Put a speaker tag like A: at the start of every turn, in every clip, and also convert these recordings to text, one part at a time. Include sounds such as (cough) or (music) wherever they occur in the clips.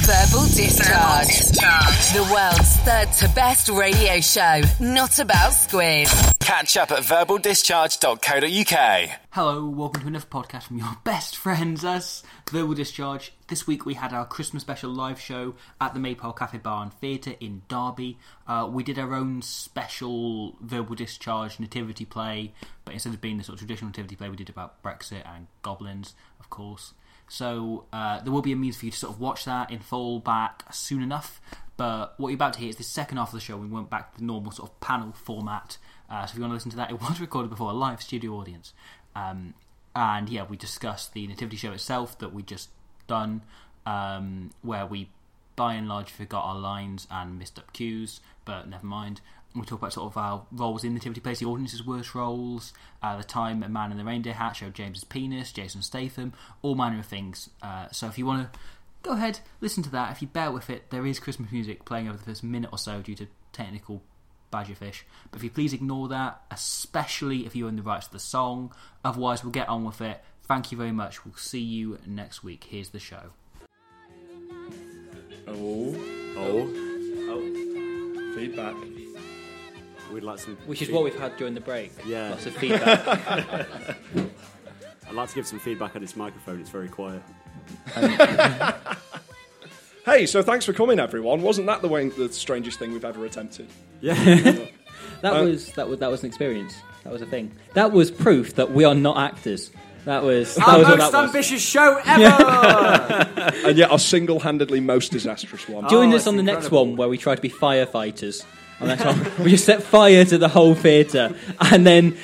A: Verbal Discharge. The world's third to best radio show, not about squid.
B: Catch up at verbaldischarge.co.uk.
C: Hello, welcome to another podcast from your (laughs) best friends, us, Verbal Discharge. This week we had our Christmas special live show at the Maypole Cafe Bar and Theatre in Derby. Uh, we did our own special Verbal Discharge nativity play, but instead of being the sort of traditional nativity play, we did about Brexit and goblins, of course. So uh, there will be a means for you to sort of watch that in full back soon enough. But what you're about to hear is the second half of the show. We went back to the normal sort of panel format. Uh, so if you want to listen to that, it (laughs) was recorded before a live studio audience. Um, and yeah, we discussed the nativity show itself that we just done, um, where we by and large forgot our lines and missed up cues, but never mind. We talk about sort of our roles in Nativity Plays, the audience's worst roles, uh, the time a man in the reindeer hat showed James's penis, Jason Statham, all manner of things. Uh, so if you want to go ahead, listen to that. If you bear with it, there is Christmas music playing over the first minute or so due to technical badgerfish. But if you please ignore that, especially if you own the rights to the song. Otherwise, we'll get on with it. Thank you very much. We'll see you next week. Here's the show.
D: Oh,
E: Oh,
D: feedback.
E: we'd like some.
D: Which is what we've had during the break.
E: Yeah.
D: Lots of feedback.
E: I'd like to give some feedback on this microphone. It's very quiet.
F: Hey, so thanks for coming, everyone. Wasn't that the, way, the strangest thing we've ever attempted?
D: that was that was that was an experience. That was a thing. That was proof that we are not actors. That was that was what that was.
E: show ever.
F: And yet, our single-handedly most disastrous one.
D: Join
E: Oh,
D: us on the
E: that's
D: next
E: incredible.
D: one where we try to be firefighters. And that's all. we just set fire to the whole theatre, and then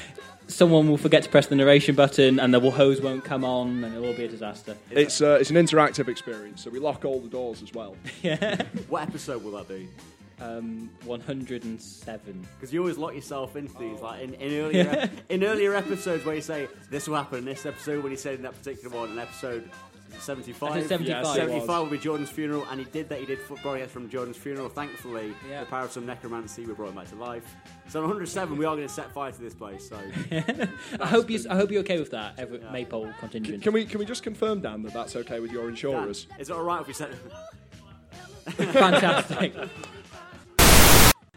D: someone will forget to press the narration button, and the hose won't come on, and it will be a disaster.
F: It's uh, it's an interactive experience, so we lock all the doors as well.
E: what episode will that be?
D: One hundred and seven.
E: Because you always lock yourself into these, like in, in earlier ep- in earlier episodes where you say this will happen in this episode. When he said in that particular one, in episode seventy
D: I
E: five.
D: said 75.
F: Yeah,
E: Seventy
F: 75.
E: five will be Jordan's funeral, and he did that. He did foot broadcast from Jordan's funeral. Thankfully,
D: Yeah.
E: the power of some necromancy we brought him back to life. So, on one hundred seven, we are going to set fire to this place. So,
D: I hope you. I hope you're okay with that. Every, Maypole contingent.
F: Can we can we just confirm, Dan, that that's okay with your insurers?
E: is it all right if we set? (laughs)
D: Fantastic.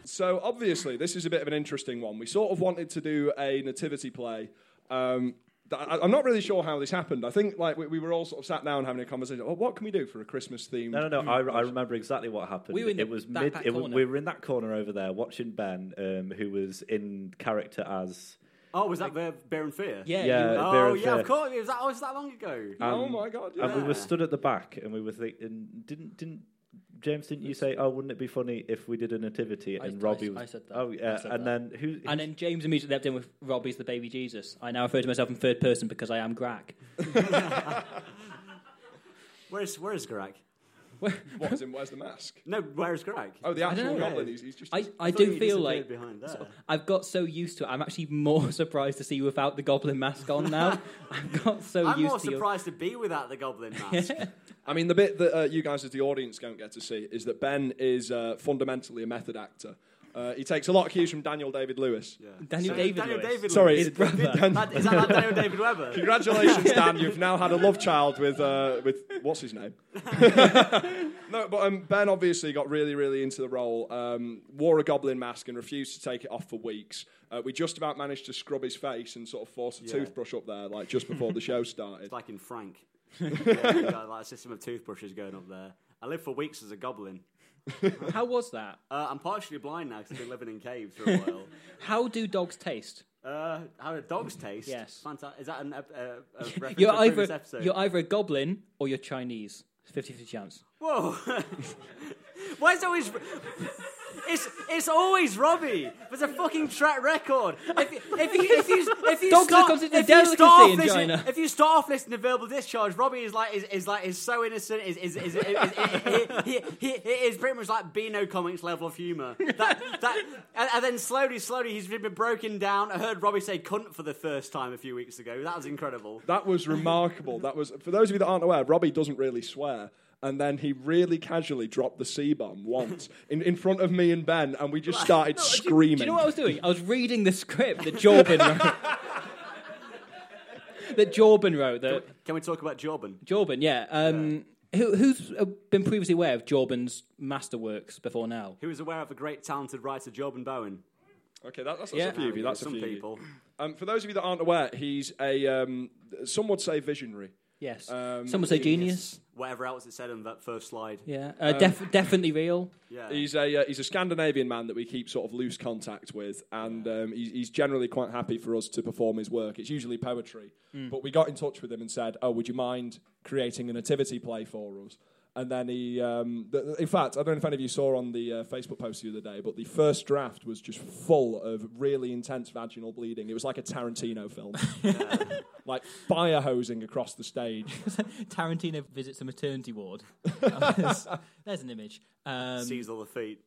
F: So obviously, this is a bit of an interesting one. We sort of wanted to do a nativity play. Um, th- I, I'm not really sure how this happened. I think like we, we were all sort of sat down having a conversation. Well, what can we do for a Christmas theme?
G: No, no, no. I, I remember exactly what happened.
D: We were in the
G: it was
D: back-
G: mid.
D: back
G: it was,
D: corner.
G: we were in that corner over there watching Ben, um, who was in character as.
E: Oh, was that Bear, Bear and Fear?
D: Yeah. you-
G: Yeah.
E: Oh
G: Bear and
E: yeah, of
G: Fear.
E: course. It was that, oh, it was that long ago.
F: oh my god! Yeah.
G: Um, And we
F: (laughs)
G: were stood at the back, and we were thinking, didn't didn't James? Didn't you say, oh, wouldn't it be funny if we did a nativity?
D: I-
G: And
D: I-
G: Robbie was.
D: I said that.
G: Oh
D: I
G: yeah,
D: said
G: and
D: that.
G: then who?
D: And then James immediately leapt in with Robbie's the baby Jesus. I now refer to myself in third person because I am Grack.
E: Where's Where's Greg?
F: What is in? Where's the mask?
E: No, where's Greg?
F: Oh, the
D: don't
F: actual
D: know.
F: goblin. He's, he's just.
D: I, I
E: thought
D: do
E: you
D: feel
E: disappeared
D: like
E: behind there.
D: so- I've got so used to it. I'm actually more (laughs) surprised to see you without the goblin mask on
E: (laughs)
D: now. I've got so
E: I'm
D: used
E: more
D: to your-
E: surprised to be without
D: (laughs)
E: the Goblin mask.
F: I mean, the bit that uh, you guys as the audience don't get to see is that Ben is uh, fundamentally a method actor. Uh, he takes a lot of cues from Daniel David Lewis.
D: Daniel David.
E: Daniel
D: Lewis.
E: David.
F: Sorry,
E: Lewis.
D: His brother.
E: That- is that not Daniel David (laughs) Weber?
G: (laughs)
F: Congratulations, Dan. You've now had a love child with uh, with what's his name? (laughs) no, but um, Ben obviously got really, really into the role. Um, wore a goblin mask and refused to take it off for weeks. Uh, we just about managed to scrub his face and sort of force a
E: Yeah.
F: toothbrush up there, like just before the show started.
E: Like in Frank. yeah, you've got, like a system of toothbrushes going up there. I lived for weeks as a goblin.
D: How was that?
E: Uh, I'm partially blind now because I've been living in caves for
D: (laughs)
E: a while.
D: How do dogs taste?
E: Uh, how do dogs taste?
D: Yes.
E: Fanta- is that an, ep- uh, a
D: (laughs)
E: reference
D: You're
E: to a previous
D: either
E: episode?
D: you're either a goblin or you're Chinese. 50-50 chance.
E: Whoa! (laughs) Why is it always? It's it's always Robbie. There's a fucking track record. If, if, you- if you if you
D: Dogs are
E: start,
D: considered a
E: if you
D: delicacy
E: start off
D: in
E: listening,
D: China.
E: if you start off listening to verbal discharge, Robbie is like is, is like is so innocent. Is is is, is, is, he, he, he is pretty much like Beano comics level of humor. That that and, and then slowly slowly he's been broken down. I heard Robbie say cunt for the first time a few weeks ago. That was incredible.
F: That was remarkable. That was for those of you that aren't aware, Robbie doesn't really swear. And then he really casually dropped the C bomb once in, in front of me and Ben, and we just started screaming.
D: Do you know what I was doing? I was reading the script that Jordan
C: (laughs)
D: wrote. that Jordan wrote. That
E: Can we talk about Jordan?
D: Jordan, yeah. Um, Who, who's uh, been previously aware of Jorben's masterworks before now?
E: Who is aware of the great talented writer Jordan Bowen?
F: Okay, that, that's, that's
D: Yeah.
F: a few of you. That's
E: Some
F: a few. of you.
E: people.
F: Um, for those of you that aren't aware, he's a um, some would say visionary.
D: Yes.
F: Um,
D: Some would say genius.
E: Whatever else it said on that first slide.
D: Yeah. Uh,
C: Um,
D: def- definitely real.
E: Yeah.
F: He's a uh, he's a Scandinavian man that we keep sort of loose contact with, and um, he's, he's generally quite happy for us to perform his work. It's usually poetry, but we got in touch with him and said, "Oh, would you mind creating a nativity play for us?" And then he, um, th- th- in fact, I don't know if any of you saw on the uh, Facebook post the other day, but the first draft was just full of really intense vaginal bleeding. It was like a Tarantino film, (laughs) like fire hosing across the stage.
C: (laughs) Tarantino visits a
D: (laughs)
C: maternity ward. There's an image. Um,
E: Sees all the feet.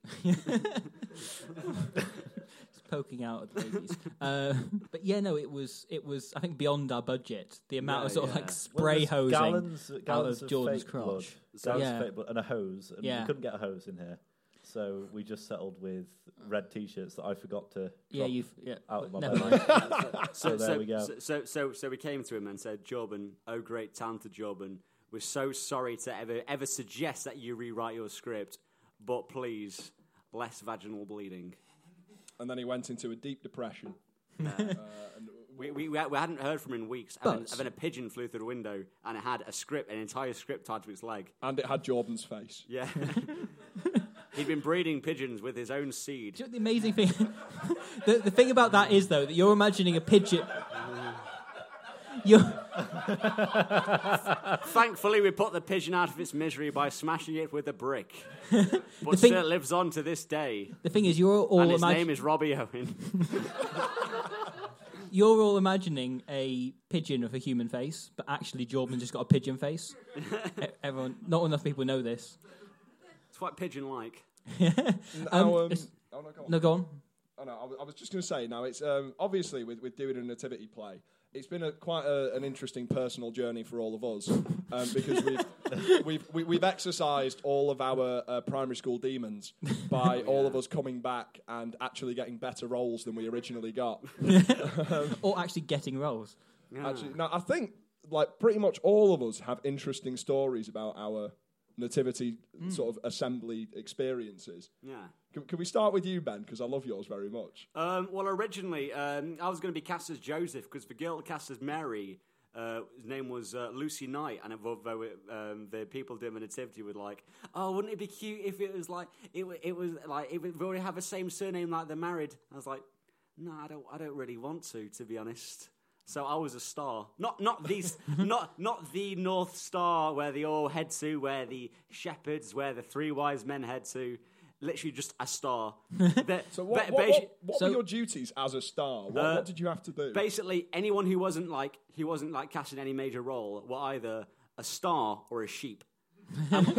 C: poking out at the babies.
D: (laughs)
C: uh, but yeah, no, it was it was I think beyond our budget. The amount of
E: Yeah,
C: sort
E: yeah.
C: of like spray hosing
G: gallons, gallons
C: out of Jordan's
G: fake
C: crotch.
G: blood.
E: So-
G: Gallons
C: Yeah.
G: of fake blood and a hose. And
C: Yeah.
G: we couldn't get a hose in here. So we just settled with red t-shirts that I forgot to
C: Yeah,
G: drop
C: you've yeah.
G: out of my
C: Never
G: bed.
C: mind.
E: So,
G: there
E: so,
G: we go.
E: So, so, so, so we came to him and said, Jordan, oh great talented Jordan, we're so sorry to ever ever suggest that you rewrite your script, but please, less vaginal bleeding.
F: and then he went into a deep depression.
E: We, we, we hadn't heard from him in weeks, and, then,
C: But-
E: and then a pigeon flew through the window, and it had a script, an entire script tied to its leg.
F: And it had Jordan's face.
E: Yeah. (laughs) He'd been breeding pigeons with his own seed.
C: Do you know what the amazing thing? (laughs) the, the thing about that is though that you're imagining a pigeon. You're,
E: Thankfully, we put the pigeon out of its misery by smashing it with
C: (laughs)
E: a brick. But
C: thing-
E: still lives on to this day.
C: the thing is, you're all
E: And his
C: imagining.
E: name is Robbie Owen.
C: you're all imagining a pigeon with a human face, but actually Jordan's just got a pigeon
G: (laughs)
C: face. E- Everyone, not enough people know this.
E: It's quite pigeon like.
F: Now, um,
C: it's-
F: oh, no, go on.
C: No, go on.
F: I know. I was- I was just going to say. Now, it's um, obviously with, with doing a nativity play, it's been a, quite a, an interesting personal journey for all of us um, because we've (laughs) we've, we, we've exercised all of our uh, primary school demons by all of us coming back and actually getting better roles than we originally got.
C: Or actually getting roles.
F: Actually, now I think like pretty much all of us have interesting stories about our nativity sort of assembly experiences.
E: Yeah.
F: Can, can we start with you, Ben? Because I love yours very much.
E: Um, well, originally, um, I was going to be cast as Joseph because the girl cast as Mary, uh, his name was uh, Lucy Knight, and above there were, um, the people doing the nativity were like, "Oh, wouldn't it be cute if it was like it, wa- it was like if we already have the same surname like they're married?" I was like, "No, I don't. I don't really want to, to be honest." So I was a star, not not the not not the North Star where they all head to, where the shepherds, where the three wise men head to. Literally, just a star.
F: So what, what,
E: Ba- basi- Uh,
F: what, what were your duties as a star? What, what did you have to do?
E: basically anyone who wasn't like he wasn't like cast in any major role were either a star or a sheep (laughs) and,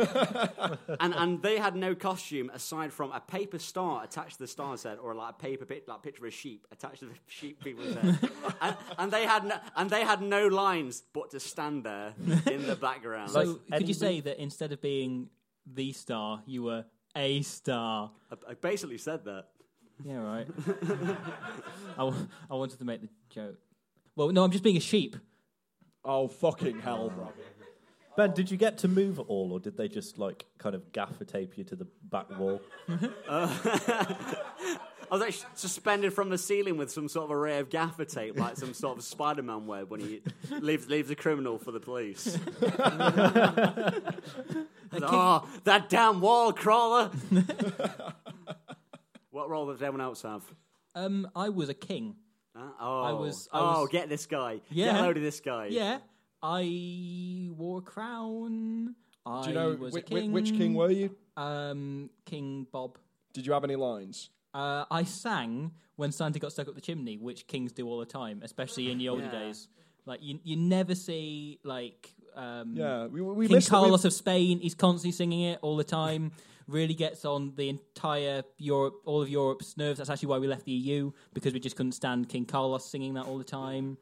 E: and they had no costume aside from a paper star attached to the star's head or like a paper bit like picture of a sheep attached to the (laughs) sheep people's head and, and they had no, and they had no lines but to stand there in the background
C: So, could
G: any-
C: you say that instead of being the star, you were a star?
E: I, I basically said that
C: Yeah,
G: (laughs)
C: right. I, wa- I wanted to make the joke. Well, no, I'm just being a sheep.
F: Oh fucking hell, bro!
G: Ben, did you get to move at all, or did they just like kind of gaffer tape you to the back wall?
E: I was actually suspended from the ceiling with some sort of array of gaffer tape, like some sort of Spider-Man web when he leaves leaves a criminal for
C: (laughs)
E: the police. oh, that damn wall crawler! what role does anyone else have?
C: Um, I was a king.
E: Uh, oh,
C: I was- I
E: oh,
C: was-
E: get this guy!
C: Yeah.
E: Get a load of this guy!
C: Yeah, I wore a crown. I
F: Do you know
C: was
F: whi-
C: a
F: whi-
C: king.
F: which king were you?
C: Um, King Bob.
F: Did you have any lines?
C: Uh, I sang when Santa got stuck up the chimney, which kings do all the time, especially in the older
E: Yeah.
C: days. Like you, you never see like um,
F: Yeah, we, we
C: King
F: missed.
C: Carlos of Spain. He's constantly singing it all the time. (laughs) really gets on the entire Europe, all of E Europe's nerves. That's actually why we left the EU because we just couldn't stand King Carlos singing that all the time.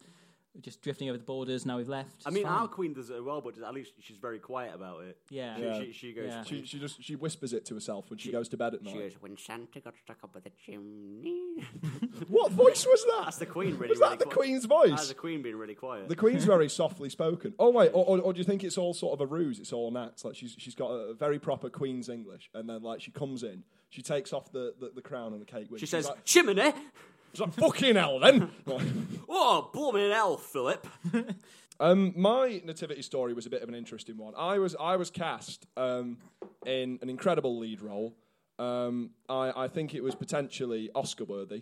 C: We're just drifting over the borders. Now we've left.
E: I
C: It's
E: mean,
C: fine.
E: our queen does it as well, but at least she's very quiet about it.
C: Yeah.
E: She,
C: Yeah.
E: She, she goes.
C: Yeah.
F: She, she just she whispers it to herself when she, goes to bed at
E: She
F: night.
E: goes. When Santa got stuck up with the chimney.
F: (laughs) What voice was that?
E: That's the queen. Really.
F: Was that
E: really
F: the
E: qui-
F: Queen's
E: That's
F: voice?
E: Ah, the queen being really quiet.
F: The Queen's very softly spoken. Oh wait, or, or, or do you think it's all sort of a ruse? It's all an act. Like she's she's got a very proper Queen's English, and then like she comes in, she takes off the, the, the crown and the cake.
E: she says,
F: like,
E: "Chimney."
F: she's like, "Fucking hell, (laughs) then."
E: Oh, blooming hell, Philip.
F: um, my nativity story was a bit of an interesting one. I was I was cast um, in an incredible lead role. Um, I I think it was potentially Oscar worthy,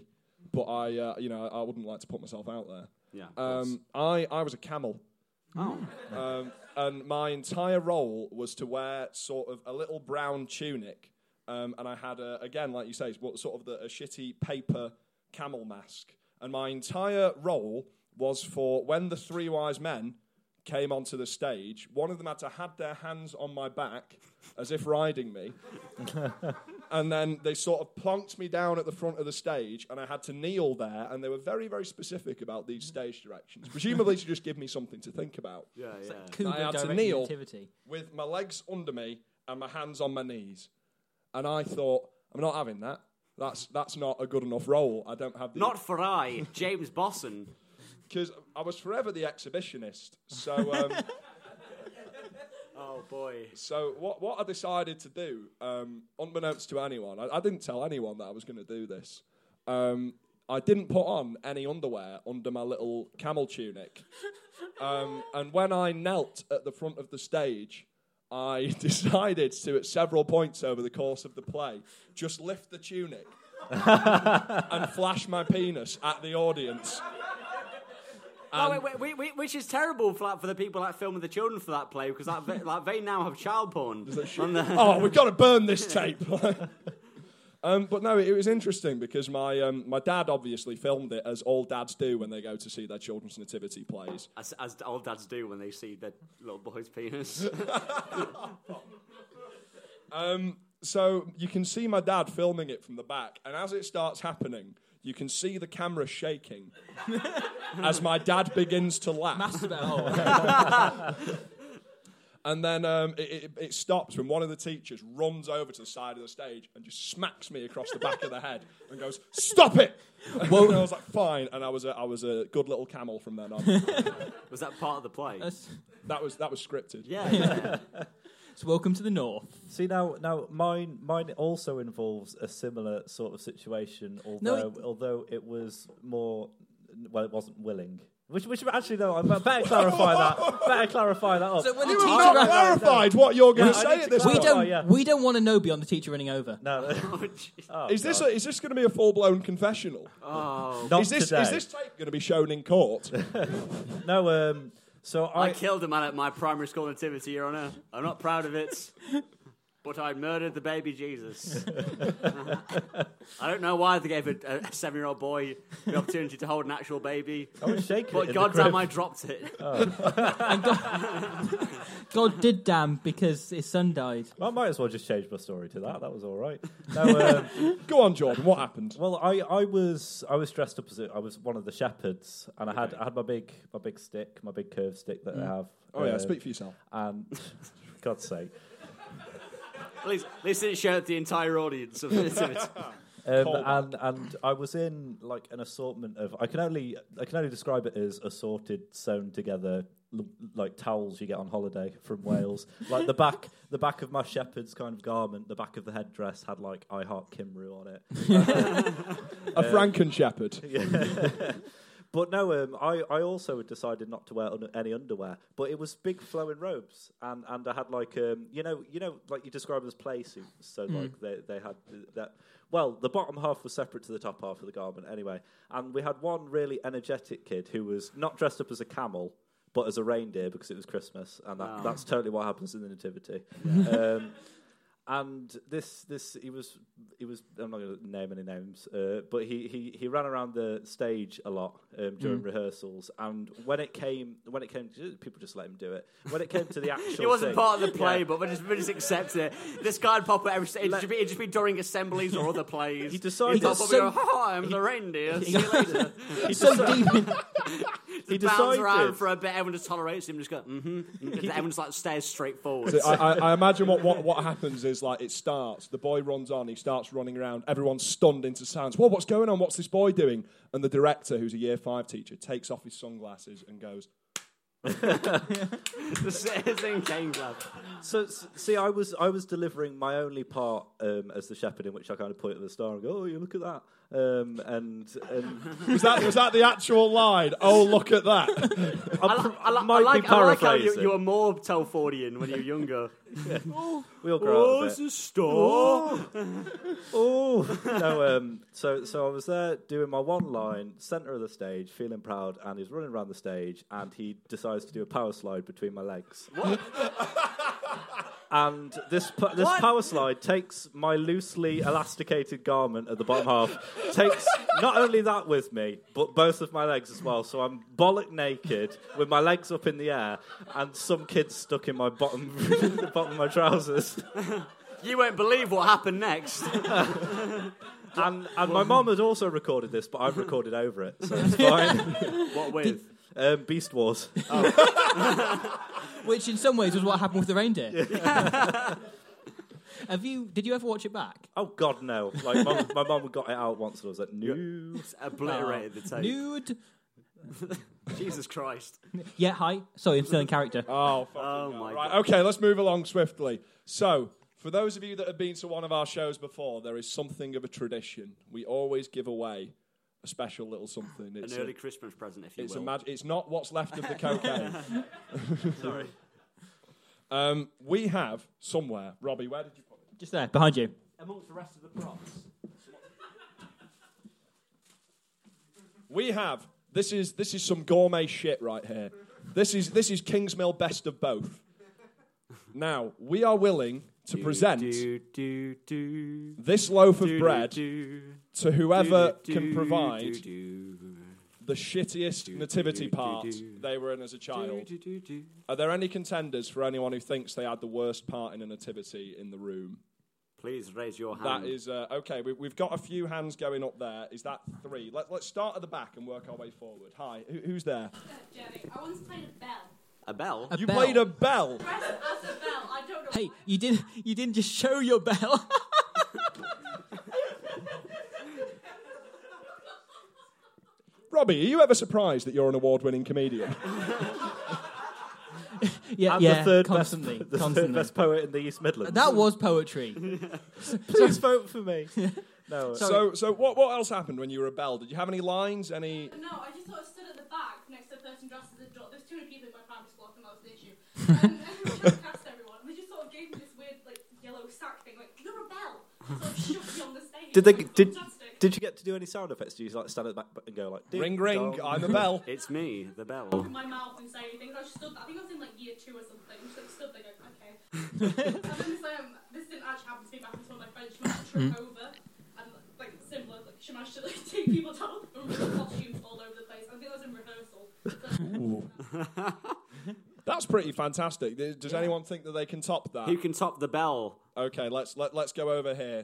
F: but I uh, you know I wouldn't like to put myself out there.
E: Yeah. of course.
F: Um, I, I was a camel. Oh. Um, and my entire role was to wear sort of a little brown tunic. Um, and I had, a, again, like you say, what sort of the, a shitty paper camel mask. And my entire role was for when the three wise men came onto the stage, one of them had to have their hands on my back as if riding me. And then they sort of plonked me down at the front of the stage, and I had to kneel there. And they were very, very specific about these stage directions, presumably to just give me something to think about.
E: yeah, yeah.
F: I
C: Kubrick
F: had to
C: directed
F: kneel
C: (laughs) Nativity.
F: with my legs under me and my hands on my knees. And I thought, I'm not having that. That's that's not a good enough role. I don't have the
E: Not for I, James Bosson.
F: because I was forever the exhibitionist. So. Um,
E: Oh boy.
F: So what what I decided to do, um, unbeknownst to anyone, I, I didn't tell anyone that I was going to do this. Um, I didn't put on any underwear under my little camel tunic, um, and when I knelt at the front of the stage, I (laughs) decided to, at several points over the course of the play, just lift the tunic and flash my penis at the audience.
E: Oh,
G: Um,
E: wait, wait, wait, wait, which is terrible for, like, for the people like filming the children for that play because like, they, like, they now have child porn. On the,
F: oh, we've got to burn this tape. (laughs) um, but no, it was interesting because my um, my dad obviously filmed it as all dads do when they go to see their children's nativity plays.
E: as, as old dads do when they see their little boy's
G: (laughs)
E: penis.
F: So you can see my dad filming it from the back, and as it starts happening, you can see the camera shaking as my dad begins to laugh.
G: oh,
F: And then um, it, it, it stops when one of the teachers runs over to the side of the stage and just smacks me across the back of the head and goes, "Stop it!" and I was like, "Fine." And I was a, I was a good little camel from then on.
E: Was that part of the play?
C: That's-
F: That was that was scripted.
G: (laughs)
E: yeah, yeah.
C: So welcome to the north.
G: See now, now mine, mine also involves a similar sort of situation,
C: No,
G: although
C: it-
G: although it was more, well, it wasn't willing. Which, which actually no, I
F: (laughs)
G: better clarify that. Better clarify that up.
C: So when the
F: You
C: teacher
F: have
C: ran-
F: not clarified what you're going
G: Yeah,
F: to
G: I
F: say
G: need
F: at
G: to
F: this
C: we
G: clarify.
F: point.
C: don't.
G: oh, yeah.
C: We don't want to know beyond the teacher running over.
G: no,
E: Oh, jeez.
F: Is this a, is this going to be a full blown confessional?
G: not
F: Is this
G: today.
F: is this tape going to be shown in court?
G: No, um, so I,
E: I killed a man at my primary school nativity, Your Honour. I'm not proud of it, but I murdered the baby
G: (laughs)
E: Jesus. I don't know why they gave a, a seven-year-old boy the opportunity to hold an actual baby,
G: I was shaking. it
E: but
G: in
E: goddamn,
G: the
E: I
G: crib.
E: dropped it.
C: God did damn because his son
G: (laughs)
C: died.
G: I might as well just change my story to that. That was all right.
F: (laughs)
G: No, um,
F: Go on, Jordan. What
G: (laughs)
F: happened?
G: Well, I, I was I was dressed up as a, I was one of the shepherds, and I had I had my big my big stick, my big curved stick that I have.
F: Oh yeah,
G: um,
F: speak for yourself.
G: And (laughs) for
F: (laughs)
G: God's sake,
E: At least, at least it showed the entire audience of the
G: (laughs)
E: nativity.
G: um,
F: Cold.
G: and and I was in like an assortment of I can only I can only describe it as assorted, sewn together l- like towels you get on holiday
F: (laughs)
G: from Wales. like the back the back of my shepherd's kind of garment, the back of the headdress had like I heart Kimru on it. Uh,
F: A Franken shepherd.
G: But no, um, I, I also had decided not to wear un- any underwear. But it was big flowing robes, and, and I had like um, you know you know like you describe as play suits. So like they they had th- that. Well, the bottom half was separate to the top half of the garment anyway. And we had one really energetic kid who was not dressed up as a camel. But as a reindeer because it was Christmas, and that, that's totally what happens in the nativity. Um, and this this he was he was I'm not going to name any names, uh, but he, he he ran around the stage a lot um, during
E: Mm.
G: rehearsals, and when it came when it came to people just let him do it. When it came
E: (laughs)
G: to the actual,
E: It wasn't
G: thing-
E: part of the play,
G: Yeah.
E: but we just, we just accept it. This guy'd pop up every stage. It'd, just be- it'd just be during assemblies or other plays.
G: He decided-
E: He'd pop
C: He
E: up and go,
C: decide-
E: ha, ha, I'm the reindeer. See you later.
C: He's so deep. In,
G: (laughs) he
E: bounce around
G: decided.
E: for a bit. Everyone just tolerates him. Just go. Mm-hmm. everyone just like stares straight forward. (laughs)
F: I, I, I imagine what, what, what happens is like it starts. The boy runs on. He starts running around. Everyone's stunned into silence. Well, what's going on? What's this boy doing? And the director, who's a year five teacher, takes off his sunglasses and goes,
E: the same change lab.
G: So s- see, I was I was delivering my only part um, as the shepherd, in which I kind of point at the star and go, "Oh, you look at that," um, and and
F: "Was that was that the actual line? Oh, look at that!
G: I,
E: (laughs) I, I, li-
G: might
E: I like,
G: be
E: I like how
G: paraphrasing.
E: you, you were more Telfordian when you were
G: (laughs)
E: younger.
G: we all grow out of it.
E: a store?
G: Oh no! Um, so so I was there doing my one line, center of the stage, feeling proud, and he's running around the stage, and he decides to do a power slide between my legs. And this pa- this
E: What?
G: power slide takes my loosely elasticated garment at the bottom half, takes not only that with me, but both of my legs as well. So I'm bollock naked with my legs up in the air, and some kids stuck in my bottom (laughs) the bottom of my trousers.
E: You won't believe what happened next. (laughs)
G: And, and my mum had also recorded this, but I've recorded over it, so
C: (laughs)
G: it's fine.
E: what with?
G: um, Beast Wars.
C: Which in some ways was what happened with the reindeer. Have you? Did you ever watch it back?
G: Oh God, no! Like mum, my mum got it out once, and I was like, "No."
E: Obliterated the
G: Ah.
E: tape.
C: Nude.
E: Jesus Christ.
C: Yeah. Hi. Sorry, I'm still in character.
G: Uh,
F: Oh, fucking
E: Oh
F: hell.
E: my
F: right.
E: God.
F: Okay, let's move along swiftly. So, for those of you that have been to one of our shows before, there is something of a tradition. We always give away a special little something.
E: An
F: It's a-
E: early Christmas present, if you
F: It's a
E: will.
F: mag- It's not what's left
E: (laughs)
F: of the cocaine. Sorry. Um, we have somewhere, Robbie. Where did you put it?
C: Just there, behind you.
E: Amongst the rest of the props.
F: We have. This is this is some gourmet shit right here. This is this is Kingsmill best of both. Now we are willing to present
E: (laughs) Do, do, do,
F: this loaf of
E: do,
F: bread
E: do,
F: to whoever
E: do,
F: can
E: do,
F: provide
E: do, do,
F: the shittiest nativity
E: do, do,
F: part
E: do.
F: they were in as a
E: do,
F: child.
E: do, do, do.
F: Are there any contenders for anyone who thinks they had the worst part in a nativity in the room?
E: Please raise your hand.
F: That is uh, okay. We, we've got a few hands going up there. Is that three? Let, let's start at the back and work our way forward. Hi, who, who's there?
H: Jerry, I once played a bell.
E: a bell.
C: A
F: You
C: bell.
F: played a bell.
H: Pressed as a bell. I don't know.
C: Hey, you didn't. You didn't just show your bell. (laughs)
F: Robbie, are you ever surprised that you're an award-winning comedian?
C: yeah.
G: And
C: yeah.
G: the third
C: constantly.
G: best, (laughs) the
C: constantly.
G: third best poet in the East Midlands.
C: that was
G: (laughs)
C: poetry.
G: please vote for
C: (laughs)
G: me. no,
F: so, so what, what else happened when you were a bell? Did you have any lines? Any?
H: No, I just sort of stood at the back next to the person dressed as a dog. There's too many people in my primary school, I think that was the issue. (laughs) And everyone tried to cast everyone. And they just sort of gave me this weird, like, yellow sack thing, like, you're a bell. Sort of shoved me on the stage.
G: did they
H: It was
G: did
H: fantastic.
G: did you get to do any sound effects? Do you like stand at the back and go like, "Ding
F: Ring, ring.
G: dong"?
F: I'm a
E: (laughs)
F: bell.
E: It's me, the bell.
H: Opened my mouth and say anything. I just stood. I think I was in like year two or something. Just like stood there going, okay.
G: (laughs)
H: and then this, um, this didn't actually happen to me, but happened to one of my friends. She managed to
G: Mm-hmm.
H: trip over, and like similar, like she managed to like (laughs) take people down from costumes all over the place. I think I was in rehearsal. So,
F: That's pretty fantastic. Th- Does anyone think that they can top that?
E: Who can top the bell?
F: Okay, let's let, let's go over here.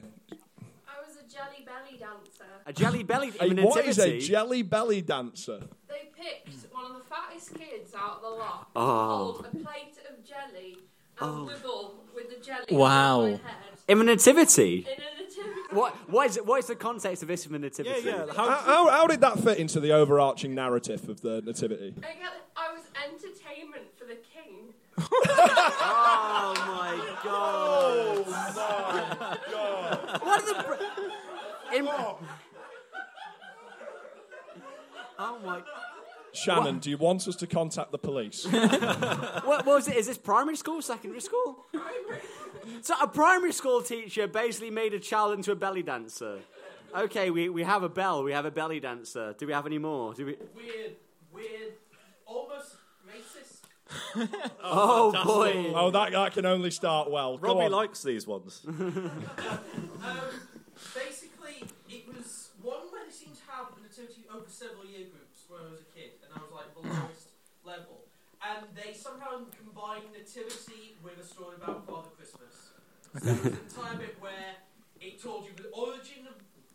H: I was a jelly belly dancer.
E: A jelly belly
F: A,
E: in a
F: what is a
E: nativity?
F: jelly belly dancer?
H: They picked one of the fattest kids out of the lot,
E: Oh.
H: a plate of jelly, and the gum with the jelly
C: Wow. my
E: in a nativity?
H: In a nativity.
E: What, what, is, what is the context of this Oh in a nativity?
G: Yeah, yeah.
F: How,
G: How,
F: how, how did that fit into the overarching narrative of the nativity?
H: I, got, I was entertainment for the king.
E: Oh my god! What are the? br- in- oh my!
F: Shannon, do you want us to contact the police?
E: What, what was it? Is this primary school, secondary school? So a primary school teacher basically made a child into a belly dancer. Okay, we, we have a bell, we have a belly dancer. Do we have any more? Do we?
I: weird, weird, almost racist.
E: Oh boy!
F: Oh, that, that can only start well. Go
G: Robbie
F: on.
G: likes
F: (laughs)
G: these ones.
I: Basically, it was one where they seemed to have a nativity over several year groups when I was a kid, and I was like the lowest level. And they somehow combined nativity with a story about Father Christmas. So there was an entire bit where it told you the origin of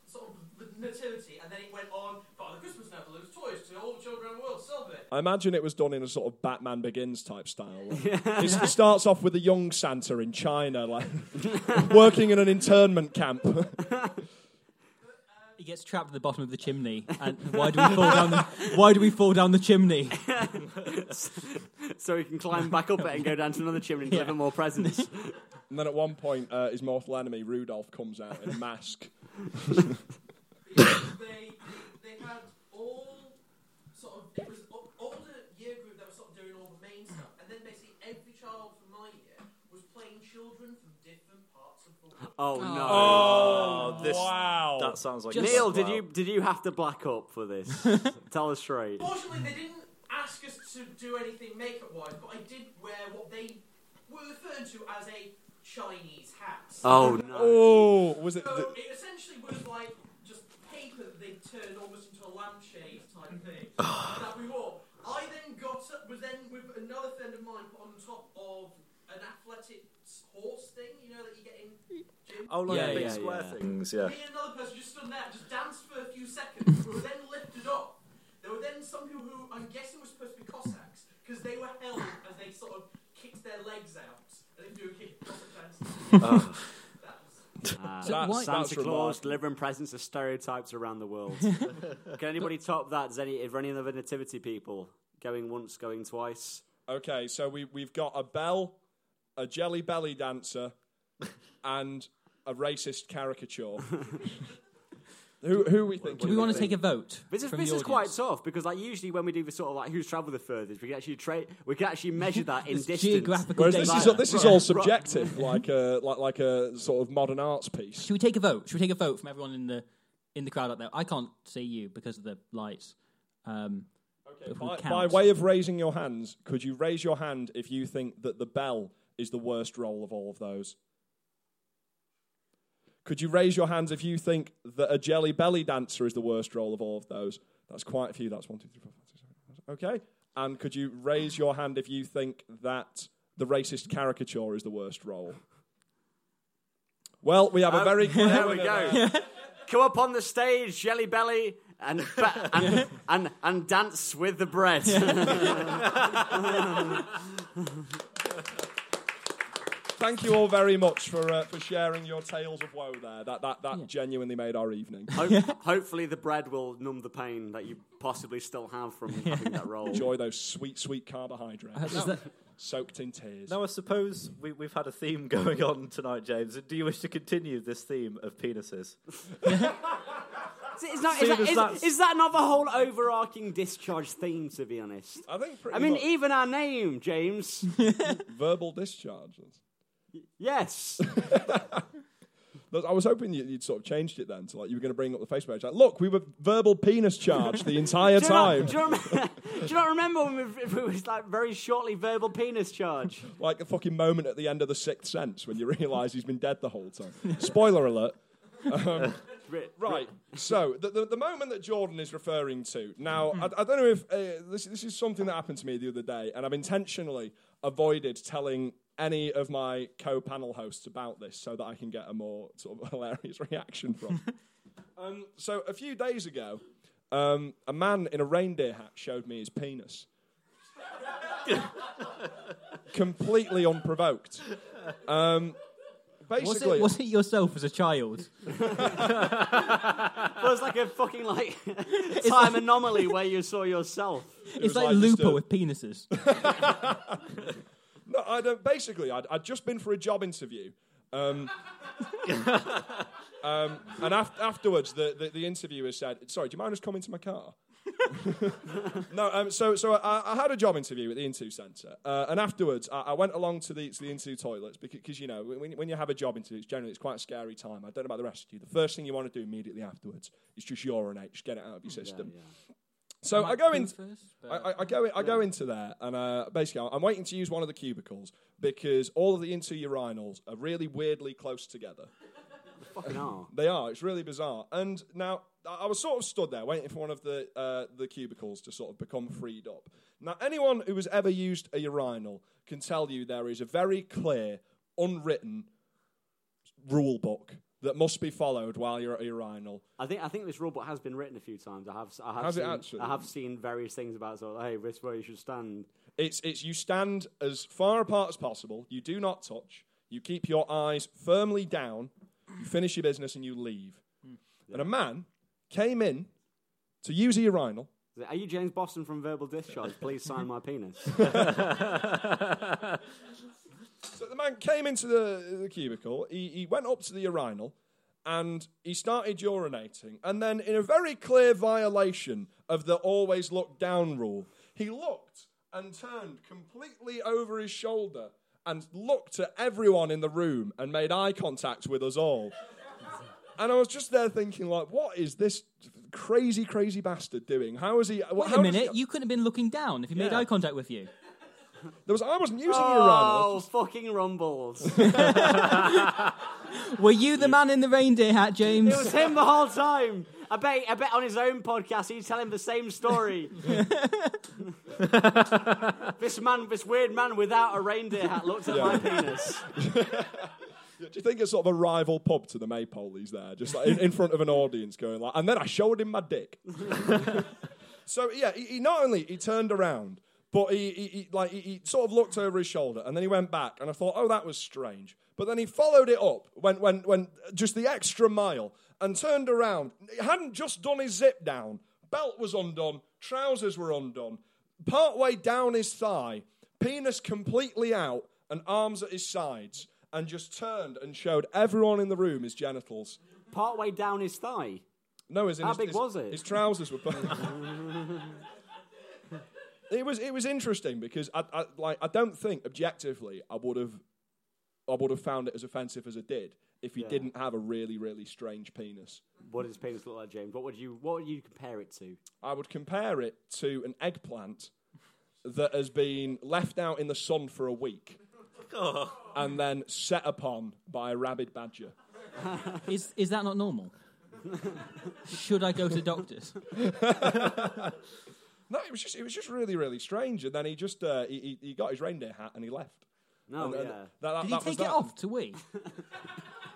I: sort of the nativity, and then it went on Father Christmas now delivers toys to all the children around the world. Celebrate.
F: I imagine it was done in a sort of Batman Begins type style. It's, it starts off with a young Santa in China, like (laughs) working in an internment camp. (laughs)
C: He gets trapped at the bottom of the chimney, and why do we fall down? The, why do we fall down the
E: (laughs)
C: chimney?
E: so he can climb back up it and go down to another chimney and deliver more
G: (laughs)
E: presents.
F: and then at one point, uh, his mortal enemy Rudolph comes out in a mask.
I: they, they they had all sort of it was o- older year group that was sort of doing all the main stuff, and then basically every child from my year was playing children from different parts of the world.
E: Oh no.
G: Oh, this,
F: Wow.
G: That sounds like
C: Just-
E: Neil,
G: wow.
E: did you did you have to black up for this?
G: (laughs)
E: Tell us straight.
G: Oh,
I: Fortunately, they didn't ask us to do anything makeup wise, but I did wear what they were referred to as a Chinese hat.
E: Oh no.
F: Oh, was it?
I: So
F: th-
I: it essentially was like just paper that they turned almost into a lampshade type thing that we wore. I then got up, was then with another friend of mine put on top of an athletic horse thing, you know, that you get in. gym.
G: Oh, like
E: Yeah,
G: the
E: yeah,
G: big square
E: yeah.
G: things, yeah.
I: Me and another person just stood there, just danced for a few seconds, we were then lifted up. There were then some people who I'm guessing were supposed to be Cossacks, because they were held as they sort of kicked their legs out. And if you were kicking Cossack dances, that was.
E: Ah.
F: That's-
C: why-
E: Santa
F: that's
E: Claus
F: remarkable.
E: delivering presents of stereotypes around the world.
G: (laughs)
E: Can anybody top that? Is any if any other nativity people going once, going twice?
F: Okay, so we we've got a bell, a jelly belly dancer, and a racist caricature. who who we think?
C: Do we want to take a vote?
E: This is,
C: from
E: this
C: the
E: is quite
C: audience?
E: tough because like usually when we do the sort of like who's travelled the furthest, we can actually tra- we can actually measure that in
C: It's
E: distance.
C: geographical
F: Whereas
C: data.
F: this
E: Like-
F: is this is
E: Right.
F: all
C: (laughs)
E: Right.
F: subjective, like a like like a sort of modern arts piece.
C: Should we take a vote? Should we take a vote from everyone in the in the crowd out there? I can't see you because of the lights. Um, if we
F: By,
C: count-
F: by way of raising your hands, could you raise your hand if you think that the bell is the worst role of all of those? Could you raise your hands if you think that a jelly belly dancer is the worst role of all of those? That's quite a few. That's one, two, three, four, five, six, seven, eight, nine, ten. Okay. And could you raise your hand if you think that the racist caricature is the worst role? Well, we have a
E: Oh, (laughs)
F: very clear (laughs)
E: there we
F: winner
C: (laughs)
E: go. Come up on the stage, jelly belly, and ba-
C: (laughs)
E: and, and and dance with the bread.
F: Thank you all very much for uh, for sharing your tales of woe there. That that that genuinely made our evening.
E: Ho- hopefully, the bread will numb the pain that you possibly still have from having that roll.
F: Enjoy those sweet sweet carbohydrates
C: is that-
F: soaked in tears.
G: Now, I suppose we, we've had a theme (laughs) going on tonight, James. Do you wish to continue this theme of penises?
E: Is, it- is that- is that-
G: Seeing as
E: is-
G: that's-
E: is that not the whole overarching discharge theme? To be honest,
F: I think pretty
E: I mean,
F: much
E: even our
C: (laughs)
E: name, James.
F: verbal discharges.
E: yes,
F: Look, I was hoping you- you'd sort of changed it then to like you were going to bring up the Facebook page. Like, look, we were verbal penis charged
E: (laughs)
F: the entire
E: Do you not-
F: time.
E: Do you, remember, (laughs) do you not remember when we, it was like very shortly verbal penis charge?
F: Like the fucking moment at the end of the sixth sense when you realise he's been dead the whole time. Spoiler alert.
E: (laughs) Ri-
F: Right. So the, the the moment that Jordan is referring to now, I, I don't know if uh, this this is something that happened to me the other day, and I've intentionally avoided telling any of my co-panel hosts about this so that I can get a more sort of (laughs) hilarious reaction from. um, so a few days ago, um, a man in a reindeer hat showed me his penis. Completely unprovoked. Um,
C: was
F: basically,
C: it was it yourself as a
F: (laughs)
C: child?
E: It was like a fucking like (laughs) time anomaly where you saw yourself.
C: It's
F: was
C: like,
F: like just
C: Looper
F: a-
C: with penises.
F: (laughs) No, I don't. Basically, I'd, I'd just been for a job interview. Um, um, and af- afterwards, the, the, the interviewer said, Sorry, do you mind just coming to my car? (laughs) no, um, so, so I, I had a job interview at the Intu Centre. Uh, and afterwards, I, I went along to the, to the Intu toilets because, because, you know, when, when you have a job interview, it's generally it's quite a scary time. I don't know about the rest of you. The first thing you want to do immediately afterwards is just urinate, just get it out of your system. So I go in. I, I- I go in, I go into there and uh, basically I'm- I'm waiting to use one of the cubicles because all of the into urinals are really weirdly close together.
E: Fucking hell.
F: They are. It's really bizarre. And now I I was sort of stood there waiting for one of the uh, the cubicles to sort of become freed up. Now anyone who has ever used a urinal can tell you there is a very clear, unwritten rule book that must be followed while you're at a urinal.
E: I think I think this rule book has been written a few times. I have s- I have
F: Has it
E: seen,
F: actually?
E: I have seen various things about sort of hey, this is where you should stand.
F: It's it's you stand as far apart as possible. You do not touch. You keep your eyes firmly down. You finish your business and you leave. And a man came in to use a urinal.
E: Is it, Are you James Boston from Verbal Discharge? Please sign
F: (laughs)
E: my penis.
F: So the man came into the, the cubicle. He, he went up to the urinal and he started urinating. And then, in a very clear violation of the always look down rule, he looked and turned completely over his shoulder and looked at everyone in the room and made eye contact with us all. (laughs) And I was just there thinking, like, what is this crazy, crazy bastard doing? How is he?
C: Wait a minute, you couldn't have been looking down if he made
F: Yeah.
C: eye contact with
F: (laughs)
C: you.
F: there was, I wasn't using the urinal. I was
E: oh, fucking rumbles!
C: Were you the man in the reindeer hat, James?
E: It was him the whole time. I bet, I bet on his own podcast he's telling the
F: (laughs)
E: same story. this man, this weird man without a reindeer hat, looked at my penis.
F: Do you think it's sort of a rival pub to the Maypole? He's there, just like in, in front of an audience, going like, and then I showed him my dick. so yeah, he, he not only he turned around, but he, he, he like he, he sort of looked over his shoulder, and then he went back, and I thought, oh, that was strange. But then he followed it up, went when when just the extra mile, and turned around. He hadn't just done his zip down, belt was undone, trousers were undone, part way down his thigh, penis completely out, and arms at his sides. And just turned and showed everyone in the room his genitals.
E: Partway down his thigh.
F: No, as in
E: How
F: his,
E: big
F: his-
E: was it?
F: His trousers were. (laughs) it was it was interesting because I, I like I don't think objectively I would have I would have found it as offensive as I did if he
E: Yeah.
F: didn't have a really really strange penis.
E: What does his penis look like, James? What would you, what would you compare it to?
F: I would compare it to an eggplant that has been left out in the sun for a
E: (laughs)
F: week and then set upon by a rabid badger.
C: Is is that not
F: (laughs)
C: normal? Should I go to doctors?
F: No, it was just it was just really really strange. And then he just uh, he, he he got his reindeer hat and he left.
E: No,
F: And- and
E: Oh, yeah.
F: that- that-
C: Did you
F: that was
C: take it
F: that.
C: off to wee?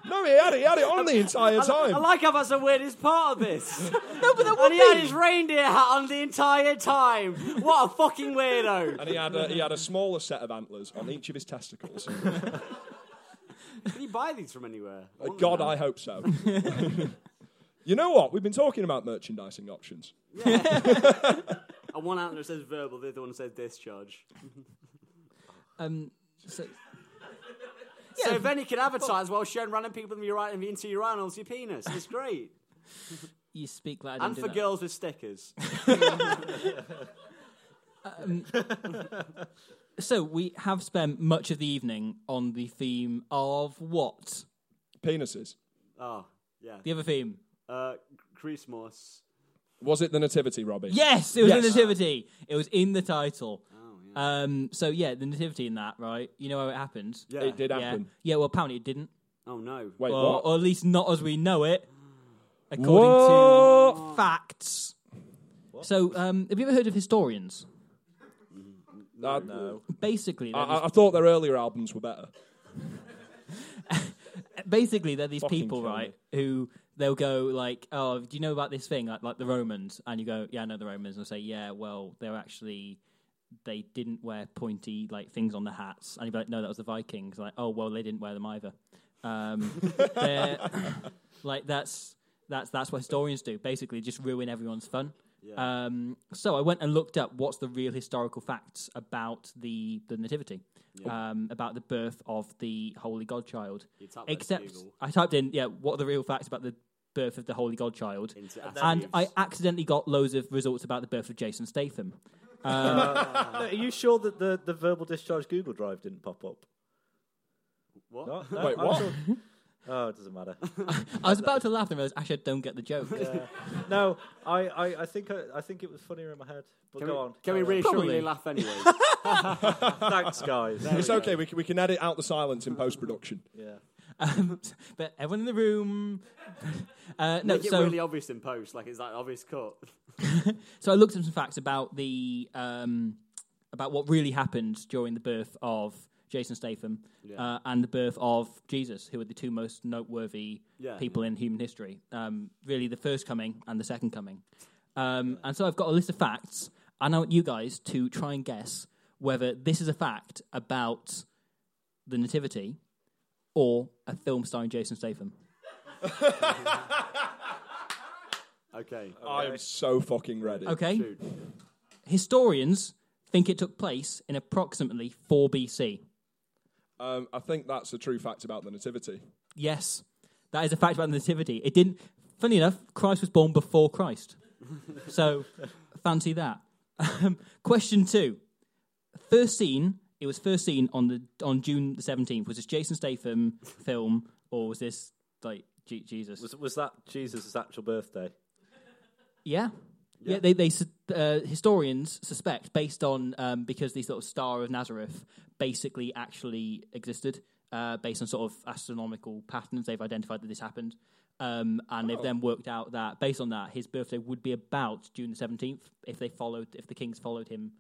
F: No, he had it. He had it on the entire
E: I, I
F: time.
E: like how that's the weirdest part of this.
F: (laughs)
C: No, but that would
E: and he had
C: be.
E: his reindeer hat on the entire time. What a fucking weirdo!
F: And he had a, he had a smaller set of antlers on each of his (laughs) testicles.
E: Can you buy these from anywhere?
F: Uh, God, I hope so. (laughs) you know what? We've been talking about merchandising options.
E: And one outlet says verbal, the other one says discharge.
C: Um, so, (laughs)
E: So then you can advertise while showing random people in the urinal into urinals your penis.
C: (laughs)
E: It's great.
C: you speak like I
E: and
C: didn't
E: for
C: do that.
E: girls with stickers.
C: So we have spent much of the evening on the theme of what?
F: Penises.
E: Oh, yeah.
C: The other theme.
E: Uh, crease moss.
F: Was it the nativity, Robbie?
C: Yes, it was
F: Yes. Oh,
C: the nativity. It was in the title. Um, so yeah, the nativity in that, right? You know how it happens.
E: Yeah.
F: It did
C: yeah.
F: happen.
C: Yeah, Well, apparently it didn't,
E: Oh, no.
F: Wait,
C: or,
F: what?
C: or at least not as we know it, according to facts. So, um, have you ever heard of historians?
F: I,
C: Basically, they're,
F: I, I thought their earlier albums were better.
C: these- basically they're these
F: Fucking
C: people,
F: kill me.
C: right? Who they'll go like, "Oh, do you know about this thing?" Like, like the Romans, and you go, "Yeah, I know the Romans." And they'll say, "Yeah, well, they're actually." They didn't wear pointy like things on the hats, and you'd be like, "No, that was the Vikings." Like, "Oh, well, they didn't wear them either."
F: (laughs)
C: Um, they're- like that's that's that's what historians do. Basically, just ruin everyone's fun. Um, so I went and looked up what's the real historical facts about the the nativity, um, about the birth of the holy godchild.
E: typed that into
C: Except
E: Google.
C: I typed in, yeah, what are the real facts about the birth of the holy godchild?
E: Into
C: And I
E: Asterius.
C: accidentally got loads of results about the birth of Jason Statham.
G: No, are you sure that the, the verbal discharge Google Drive didn't pop up?
E: What?
G: No, no,
F: Wait,
G: I'm
F: what?
G: sure- Oh, it doesn't (laughs) matter.
C: I was about to laugh and realized actually I don't get the joke.
G: No, I, I, I think I, I think it was funnier in my head. But
E: Can
G: go
E: we,
G: on.
E: can we
G: carry on.
C: Probably.
E: reassuringly laugh
C: (laughs)
E: anyway?
G: Thanks, guys.
F: It's okay. We can, we can edit out the silence in post production.
G: yeah.
C: (laughs) Um, but everyone in the room. (laughs) Uh, no,
E: Make it
C: so
E: really obvious in post, like it's that obvious cut.
C: So I looked up some facts about the um, about what really happened during the birth of Jason Statham,
E: Yeah.
C: uh, and the birth of Jesus, who are the two most noteworthy
E: Yeah.
C: people in human history. Um, really, the first coming and the second coming. Um, and so I've got a list of facts, and I want you guys to try and guess whether this is a fact about the Nativity or a film starring Jason Statham.
E: Okay.
G: Oh,
F: I am so fucking ready.
C: Okay?
E: Shoot.
C: Historians think it took place in approximately 4 BC.
F: Um, I think that's a true fact about the nativity.
C: Yes, that is a fact about the nativity. It didn't. Funny enough, Christ was born before Christ, so fancy that. Um, question two: First seen. It was first seen on the on June the seventeenth. Was this Jason Statham film or was this like Je- Jesus?
G: Was was that Jesus' actual birthday?
C: Yeah. Yeah, they, they su- uh, historians suspect based on um, because the sort of Star of Nazareth basically actually existed uh, based on sort of astronomical patterns they've identified that this happened, um, and they've then worked out that based on that his birthday would be about June the seventeenth if they followed if the kings followed him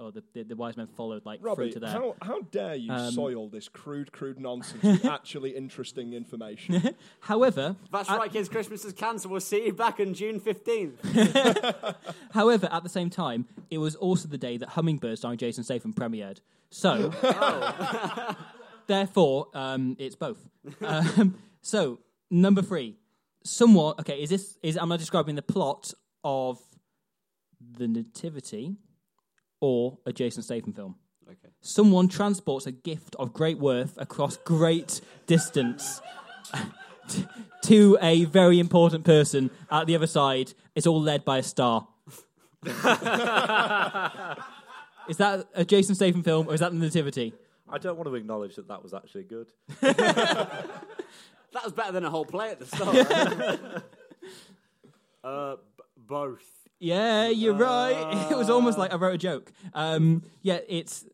C: or the the, the wise men followed like through
F: Robbie,
C: to Um, there.
F: how, how dare you soil this crude, crude nonsense
C: (laughs)
F: with actually interesting information?
C: However,
E: That's
C: at-
E: right, kids. Christmas is cancelled. We'll see you back on June
C: (laughs)
E: 15th.
C: However, at the same time, it was also the day that Hummingbird starring Jason Statham premiered. So, (laughs) therefore, um, it's both. Um, so, number three, somewhat okay. Is this is am I describing the plot of the Nativity or a Jason Statham film?
E: Okay.
C: Someone transports a gift of great worth across great (laughs) distance to a very important person at the other side. It's all led by a star. is that a Jason Statham film or is that the Nativity?
G: I don't want to acknowledge that that was actually good.
E: That was better than a whole play at the start.
C: (laughs)
E: (laughs) uh, b- both.
C: Yeah, you're right. (laughs) It was almost like I wrote a joke. Um, yeah, it's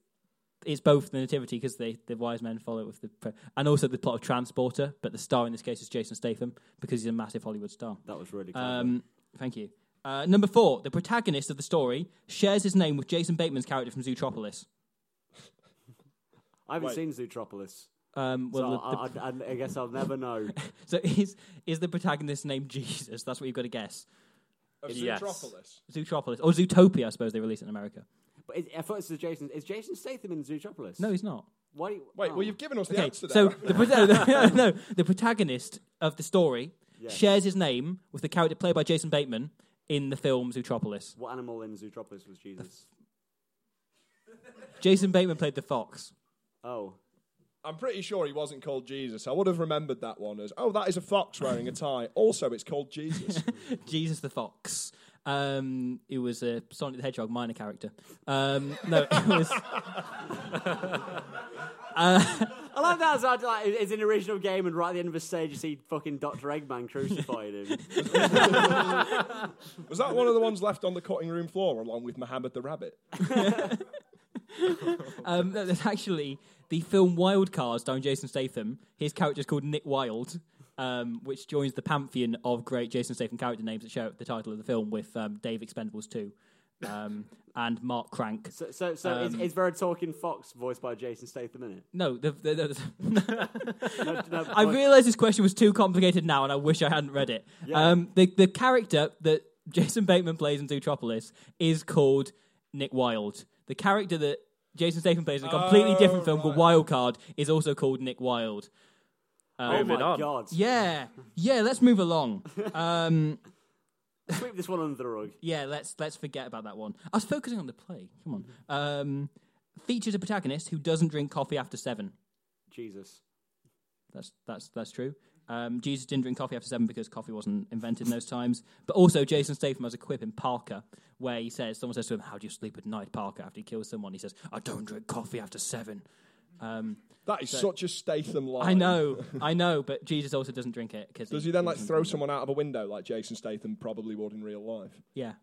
C: it's both the Nativity because the the wise men follow with the pre- and also the plot of Transporter, but the star in this case is Jason Statham because he's a massive Hollywood star.
E: That was really clever.
C: Um, thank you. Uh, number four, the protagonist of the story shares his name with Jason Bateman's character from Zootropolis.
E: I haven't
F: wait.
E: seen Zootropolis,
C: Um, well, the- the-
E: so uh, I, I, I guess I'll
C: (laughs)
E: never know.
C: So is is the protagonist named Jesus? That's what you've got to guess.
F: Of
G: Yes.
F: Zootropolis.
C: Zootropolis or Zootopia, I suppose they released it in America.
E: But it, I thought it's the Jason. Is Jason Statham in Zootropolis?
C: No, he's not.
E: Why? do you-
F: Wait,
E: oh.
F: well, you've given us the
C: Okay,
F: answer
C: so
F: there.
C: the, prota- (laughs) no,
F: (laughs)
C: the protagonist of the story
E: Yes.
C: shares his name with the character played by Jason Bateman in the film Zootropolis.
E: What animal in Zootropolis was Jesus?
C: Jason Bateman played the fox.
E: Oh,
F: I'm pretty sure he wasn't called Jesus. I would have remembered that one as, oh, that is a fox wearing
C: (laughs)
F: a tie. Also, it's called Jesus.
C: Jesus the fox. Um, it was a Sonic the Hedgehog minor character. Um, no, (laughs) it was.
E: I like that. As I, like, it's an original game, and right at the end of the stage, you see fucking Doctor Eggman
F: (laughs)
E: crucified him.
F: Was that one of the ones left on the cutting room floor along with Mohammed the Rabbit?
C: Um, no, there's actually the film Wild Cards starring Jason Statham. His character's called Nick Wilde, um, which joins the pantheon of great Jason Statham character names that share the title of the film with um, Dave Expendables 2 um, and Mark Crank.
E: So, so, so is, is there a talking fox voiced by Jason Statham in it?
C: No, the, the,
F: (laughs)
C: the,
E: No, no,
C: I
E: voice-
C: realise this question was too complicated now, and I wish I hadn't read it. Um, the, the character that Jason Bateman plays in Zootropolis is called Nick Wilde. The character that Jason Statham plays in a completely
F: Oh,
C: different film called
F: right.
C: Wild Card is also called Nick Wilde.
E: Oh my
G: Moving on.
E: god!
C: Yeah, yeah. Let's move
F: (laughs)
C: along.
E: Sweep this one under the rug.
C: Yeah, let's let's forget about that one. I was focusing on the play. Come on. Um, features a protagonist who doesn't drink coffee after seven.
E: Jesus.
C: That's that's that's true. Um, Jesus didn't drink coffee after seven because coffee wasn't invented in those times. But also, Jason Statham has a quip in Parker where he says, someone says to him, "How do you sleep at night, Parker?" After he kills someone, he says, "I don't drink coffee after seven.
F: That is such a Statham line.
C: I know,
F: (laughs)
C: I know, but Jesus also doesn't drink it because
F: Does he then like throw someone out of a window like Jason Statham probably would in real life?
C: Yeah,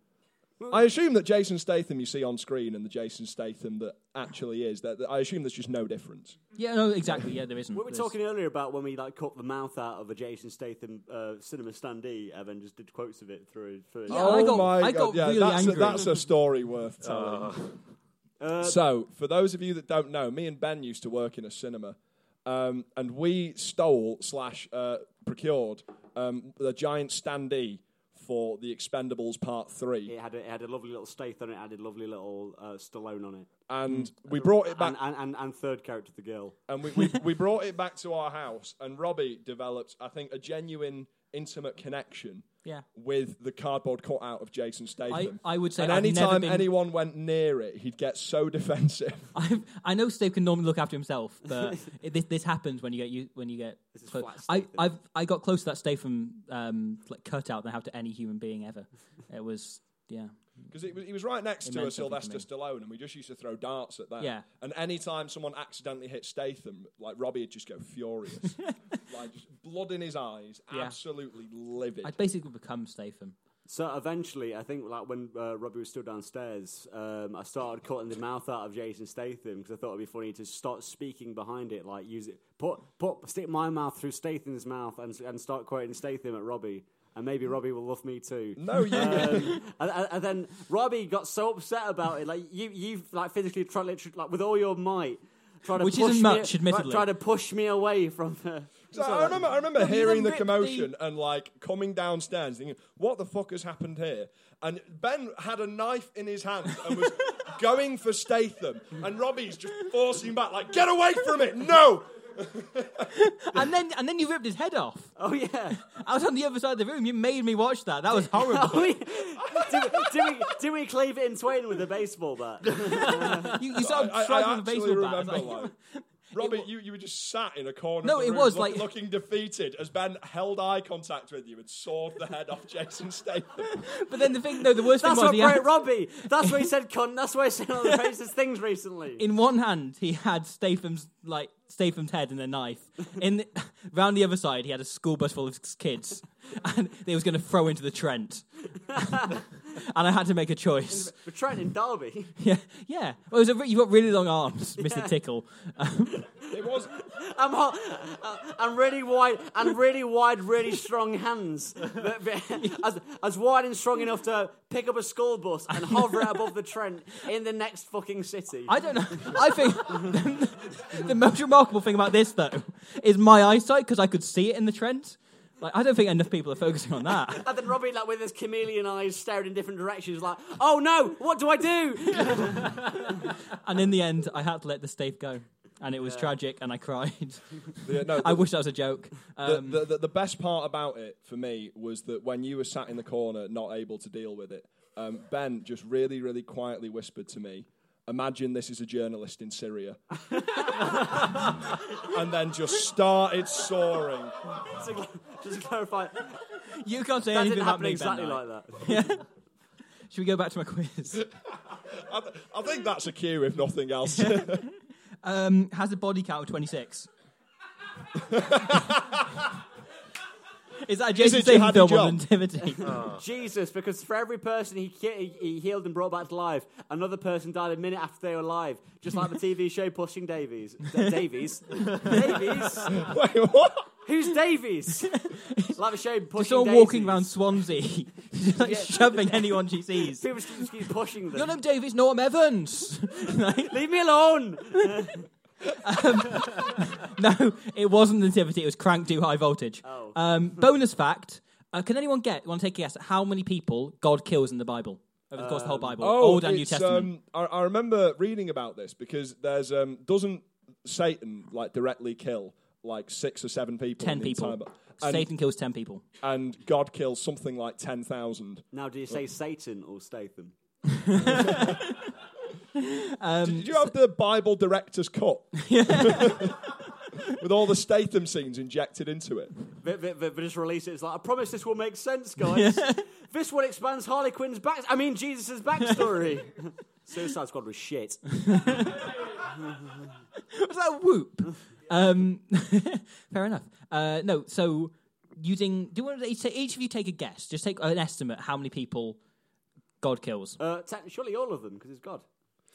F: I assume that Jason Statham you see on screen and the Jason Statham that actually is that, that- I assume there's just no difference.
C: yeah, no, exactly. Yeah, there isn't.
E: We were
C: There's- (laughs)
E: talking earlier about when we like cut the mouth out of a Jason Statham uh, cinema standee, and then just did quotes
F: Oh
E: of it through. Oh through
C: Yeah, I got- I got really
F: that's,
C: angry.
F: A, that's a story worth telling. so, for those of you that don't know, me and Ben used to work in a cinema, um, and we stole slash uh, procured um, the giant standee for The Expendables Part Three,
E: It had a, it had a lovely little Statham on it. Had a lovely little uh, Stallone on it,
F: and we brought it Uh, back.
E: and, and, and and third character the girl.
F: and we, we, we brought it back to our house and robbie developed i think a genuine intimate connection
C: Yeah.
F: with the cardboard cutout of jason statham
C: I would say
F: and
C: I've never
F: anytime
C: been-
F: anyone went near it he'd get so defensive
C: I I know Steve can normally look after himself,
E: (laughs)
C: but it, this, this happens when you get you when you get.
E: This is
C: close.
E: flat
C: I
E: Statham.
C: I've I got close to that stay from um like cutout than I have to any human being ever. It was yeah.
F: because he was, he was right next
C: It
F: to a
C: meant something to
F: sylvester stallone and we just used to throw darts at that
C: Yeah.
F: and anytime someone accidentally hit statham like robbie would just go
C: (laughs)
F: furious like just blood in his eyes
C: Yeah.
F: absolutely livid
C: I'd basically become Statham.
E: So eventually, I think like when uh, Robbie was still downstairs, um, I started cutting the mouth out of Jason Statham because I thought it'd be funny to start speaking behind it, like use it, put put stick my mouth through Statham's mouth and and start quoting Statham at Robbie, and maybe Robbie will love me too.
F: no you
E: Um, (laughs) and, and- and then Robbie got so upset about it, like you you've like physically tried literally like with all your might. Trying to
C: Which
E: push
C: isn't
E: me-
C: much, admittedly.
E: Trying to push me away from her.
F: So I remember, I remember
C: you then
F: hearing the
C: ripped the-
F: commotion and like coming downstairs, thinking, "What the fuck has happened here?" And Ben had a knife in his hand and
C: (laughs)
F: was going for Statham, and Robbie's just forcing him back, like, "Get away from
C: (laughs)
F: it! No!"
C: And then and then you ripped his head off.
E: (laughs)
F: (laughs)
E: Oh yeah.
C: I was on the other side of the room. You made me watch that.
F: (laughs)
C: That was horrible.
E: do, we, do, we, do we cleave it in twain with a
C: (laughs)
E: baseball bat?
C: You, you
F: I,
C: sort
F: (laughs) I-
C: of
F: I
C: tried with a
F: actually
C: baseball bat. I was
F: remember, like,
C: (laughs) like-
F: Robbie, you, you were just sat in a corner.
C: No,
F: of the
C: it
F: room,
C: was,
F: look-
C: like-
F: looking defeated as Ben held eye contact with you and sawed the head off
C: (laughs)
F: Jason Statham.
C: but then the thing, no, the worst
E: That's
C: thing was
E: what
C: he
E: great
C: had,
E: Robbie. That's what he said, cunt. That's what he said on the racist things recently.
C: in one hand he had Statham's like Statham's head and a knife. In the, (laughs) round the other side he had a school bus full of kids, and they was going to throw into the Trent. (laughs) and I had to make a
F: (laughs)
C: choice.
E: We're Trent in Derby.
C: Yeah, yeah. Well, it was a, re- you've got really long arms, Mister Tickle.
F: It was
E: I'm hot. uh, I'm really wide and really wide, really strong hands. But- but- as, as wide and strong enough to pick up a school bus
C: (laughs)
E: and hover it above the Trent in the next fucking city.
C: I don't know. I think (laughs) the most remarkable thing about this though is my eyesight because I could see it in the Trent. Like I don't think enough people are focusing on that.
E: and then Robbie, like with his chameleon eyes, staring in different directions, like, "Oh no, what do (laughs) I do?"
C: And in the end, I had to let the stave go, and it was tragic, and I cried. (laughs)
F: Yeah, no,
C: I wish that was a joke.
F: The,
C: Um,
F: the, the, the best part about it for me was that when you were sat in the corner, not able to deal with it, um, Ben just really, really quietly whispered to me, Imagine this is a journalist in Syria.
C: (laughs)
F: and then just started soaring.
E: So, just to clarify,
C: you can't say
E: that
C: anything
E: didn't
C: about
E: happen
C: me,
E: exactly
C: ben,
E: like
C: Knight.
E: that.
C: Should we go back to my quiz? (laughs)
F: I, th- I think that's a cue, if nothing else. (laughs)
C: um, has a body count of (laughs) 26. Is that a Jason
F: it
C: Statham
F: Jihadi
C: film
F: Job?
C: on longevity?
E: Oh. Jesus, because for every person he, ki- he- he healed and brought back to life, another person died a minute after they were alive, just
C: (laughs)
E: like the TV show Pushing Davies. Da- Davies? Davies?
F: Wait, what?
E: Who's
C: (laughs)
E: Davies? like the show Pushing
C: Just all
E: Daisies.
C: walking around Swansea, (laughs) just like
E: (laughs) Yeah.
C: shoving anyone she sees.
E: People just just keep pushing them.
C: Your name Davies, no, I'm Evans. (laughs) Like,
E: Leave me alone!
C: no, it wasn't nativity. It was crank do high voltage.
E: Oh.
C: Um, bonus fact: uh, Can anyone get? Want to take a guess at how many people God kills in the Bible over the course of the whole Bible, Old and New
F: oh, it's,
C: Testament?
F: Um, I, I remember reading about this because there's um, doesn't Satan like directly kill like six or seven people?
C: ten
F: in the
C: people.
F: entire Bi- um, and-
C: Satan kills ten people.
F: and God kills something like ten thousand.
E: Now, do you say Satan or Statham?
F: Did you have the Bible director's
G: (laughs)
F: cut (laughs) with all the Statham scenes injected into it?
E: But, but, but, but just release it. It's like, I promise this will
C: (laughs)
E: make sense, guys. this one expands Harley Quinn's back. I mean, Jesus' backstory. (laughs) Suicide Squad was shit.
C: Was that a whoop? um, (laughs) fair enough. Uh, no, so using do you want to each, each of you take a guess? Just take an estimate how many people God kills.
E: Uh, technically- surely all of them, because it's God.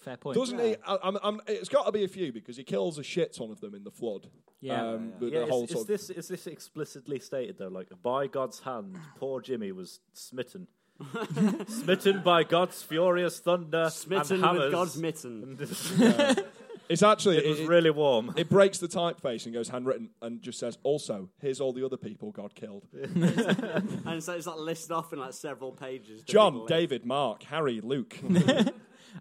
C: fair point.
F: Doesn't he? I, I'm, I'm, it's got to be a few because he kills a shit ton of them in the flood.
C: Yeah.
F: um, the-
G: Yeah,
F: the
G: is,
F: whole
G: is
F: sort of-
G: (laughs) this is this explicitly stated though? Like by God's hand, poor Jimmy was smitten. Smitten by God's furious thunder
E: Smitten with
G: and hammers.
E: God's
G: (laughs)
E: mitten.
F: It's actually
G: it was
F: it-
G: really warm.
F: It breaks the typeface and goes handwritten and just says, also, here's all the other people God
G: (laughs)
F: killed.
E: And so it's like listed off in like several pages. the
F: John,
E: people in.
F: David, Mark, Harry,
G: (laughs)
F: Luke.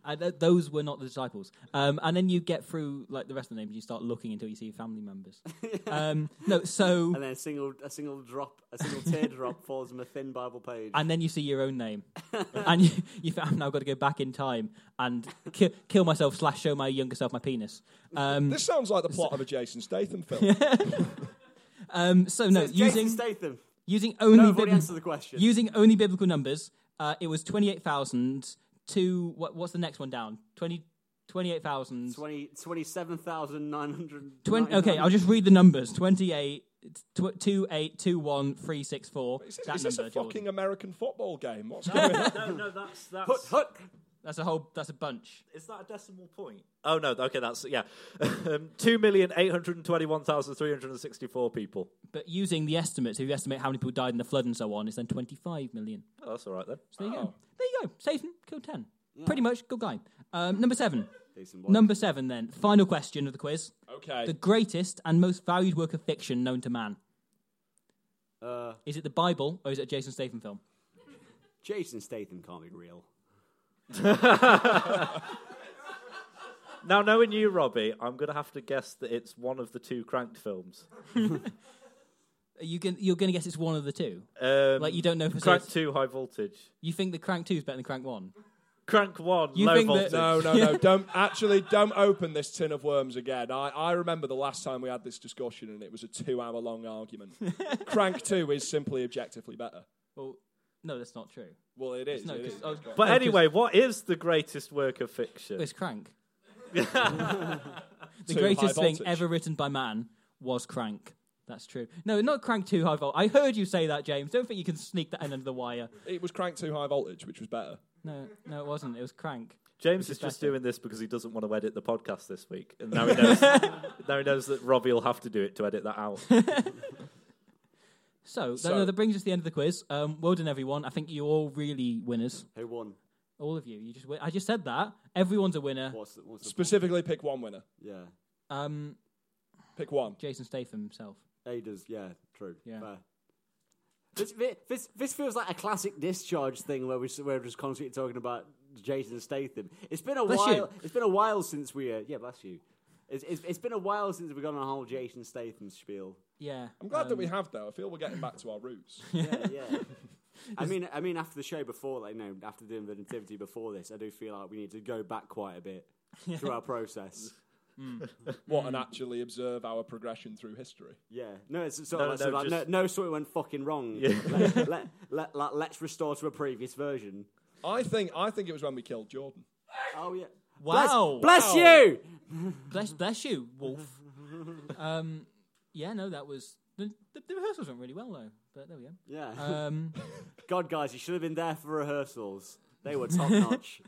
C: Uh, th- those were not the disciples. Um, and then you get through like the rest of the names. You start looking until you see family members.
E: (laughs)
C: um, no, so
E: And then a single, a single drop, a
C: (laughs)
E: single teardrop falls from a thin Bible page.
C: and then you see your own
E: (laughs)
C: name, and you, you think I've now got to go back in time and ki- kill myself slash show my younger self my penis. Um,
F: this sounds like the plot of a Jason Statham
G: (laughs)
F: film.
C: um, so no,
E: It's
C: using
E: Jason Statham.
C: using
E: No,
C: only
E: I've already
C: bibl-
E: answered the question.
C: using only biblical numbers. Uh, it was twenty eight thousand to what, what's the next one down? 20, 28,000.
E: 20, 27,900.
C: Twen- okay, I'll just read the numbers. 28, tw- 2, 8, 2, 1, 3, 6, 4.
F: Is it-
C: that
F: is this
C: number,
F: a
C: Jordan.
F: fucking American football game?
G: (laughs)
F: What's going on?
G: Oh, no, no, (coughs) that's that's
E: Hook, hook.
C: That's a whole, that's a bunch.
G: is that a decimal point? Oh no, okay, that's yeah, (laughs) um, two million eight hundred twenty-one thousand three hundred sixty-four people.
C: But using the estimates, if you estimate how many people died in the flood and so on, it's then 25 million.
G: Oh, that's all right then.
C: So there you go. There you go. Satan, killed 10. Pretty much, good guy. Um, number seven.
E: Decent boy.
C: Number seven, then. Final question of the quiz.
F: okay.
C: The greatest and most valued work of fiction known to man.
E: Uh,
C: Is it the Bible or is it a Jason Statham film?
E: Jason Statham can't be real.
G: Now, knowing you, Robbie, I'm going to have to guess that it's one of the two Cranked films.
C: You can, you're going to guess it's one of the two.
G: Um,
C: Like, you don't know for sure.
G: Crank Two, High Voltage.
C: You think the Crank 2 is better than Crank 1?
G: Crank One,
C: You
G: Low
C: think
G: Voltage.
C: that-
F: No, no, no. Don't actually don't open this tin of worms again. I, I remember the last time we had this discussion and it was a two hour long argument. Crank two is simply objectively better.
C: Well, no, that's not true.
F: Well, it is.
C: No,
F: it is.
C: because oh,
G: (laughs)
C: no,
G: But
C: 'cause-
G: anyway, what is the greatest work of fiction?
C: it's
F: (laughs)
C: Crank. the
F: Too
C: greatest
F: high
C: thing
F: voltage.
C: ever written by man was Crank. That's true. No, not Crank Two High Volt. I heard you say that, James. Don't think you can sneak that in under the wire.
F: It was crank two high voltage, which was better.
C: No, no, it wasn't. It was Crank.
G: James
C: Which
G: is
C: is
G: just
C: better.
G: doing this because he doesn't want to edit the podcast this week,
C: (laughs)
G: and now he knows. now he knows that Robbie will have to do it to edit that out.
C: So, that-
F: So-
C: no, that brings us to the end of the quiz. Um, well done, everyone. I think you're all really winners.
E: Who won?
C: All of you. You just. Win- I just said that. Everyone's a winner.
E: What's the, what's the
F: Specifically, pick one winner.
E: Yeah.
C: Um,
F: Pick one.
C: Jason Statham himself.
E: Ada's, yeah, true.
C: Yeah.
E: Fair. This, this, this feels like a classic discharge thing where, we, s- where we're just constantly talking about Jason Statham. It's been a
C: Bless
E: while.
C: you.
E: It's been a while since we. Uh, yeah, bless you. It's, it's, it's been a while since we've gone on a whole Jason Statham spiel.
C: Yeah. Um,
F: I'm glad that we have though. I feel we're getting back to our roots.
E: Yeah, yeah. I mean, I mean, after the show before, like, you know, after doing the nativity before this, I do feel like we need to go back quite a bit through our process.
F: what and actually observe our progression through history.
E: Yeah, no, it's sort
G: No,
E: of like,
G: no,
E: sort of like,
G: just-
E: no, no, sort of went fucking wrong. Let, let, let, let, let's restore to a previous version.
F: I think I think it was when we killed Jordan.
E: Oh yeah.
C: Wow.
E: Bless, bless
F: Wow.
E: you.
C: Bless, bless you, Wolf.
F: (laughs)
C: um, yeah, no, that was the, the, the rehearsals went really well though. But there we go.
E: Yeah.
C: Um,
E: (laughs) God, guys, you should have been there for rehearsals.
C: (laughs)
E: They were top notch.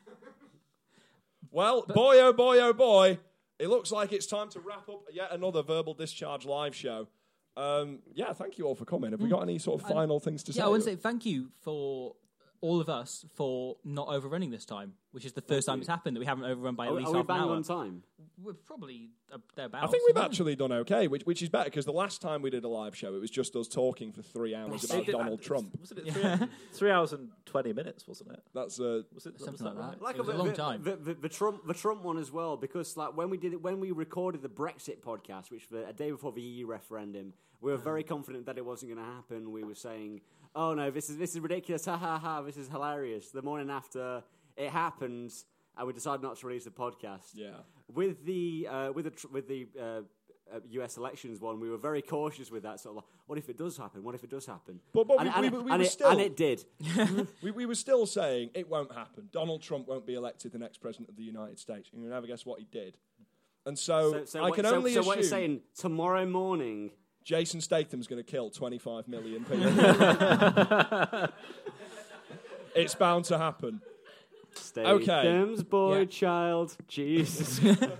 F: Well, boy oh boy oh boy, it looks like it's time to wrap up yet another verbal discharge live show. Um, yeah, thank you all for coming.
E: Mm.
F: Have we got any sort of final things to say?
C: yeah, I want to say thank you for all of us for not overrunning this time, which is the first time it's happened that we haven't overrun by at
E: Are,
C: least
E: are we
C: half an
E: bang
C: hour.
E: on time?
C: We're probably uh,
F: I
C: thereabouts.
F: think we've
C: haven't we?
F: actually done okay, which, which is better because the last time we did a live show, it was just us talking for three hours about Donald Trump.
G: Wasn't
C: (laughs)
G: it three, three hours and twenty minutes? Wasn't it?
F: That's uh,
G: Was it
C: something like that.
E: Like
C: it was a
E: the-
C: long
E: the-
C: time.
E: The, the, the Trump, the Trump one as well, because like when we did it, when we recorded the Brexit podcast, which was a day before the EU referendum, we were very confident that it wasn't going to happen. We were saying, "Oh no, this is this is ridiculous! Ha ha ha! This is hilarious!" The morning after it happened, and we decided not to release the podcast.
F: Yeah.
E: With the uh, with the tr- with the uh, uh, U.S. elections one, we were very cautious with that. Sort of like, what if it does happen? What if it does happen?
F: But- but
E: and,
F: we-
E: and
F: we
E: it-
F: were- we
E: and
F: were
E: it,
F: still-
E: and
F: (laughs)
E: it did.
F: we, we were still saying it won't happen. Donald Trump won't be elected the next president of the United States. And you'll never guess what he did. And so,
E: So, so
F: I
E: what,
F: can
E: so-
F: only
E: so
F: assume
E: what you're saying tomorrow morning.
F: Jason Statham's going to kill
C: (laughs)
F: 25 million people. it's bound to happen.
E: Stay
F: Okay.
E: Thames boy
C: Yeah.
F: (laughs)
E: child. Jesus.
F: Okay,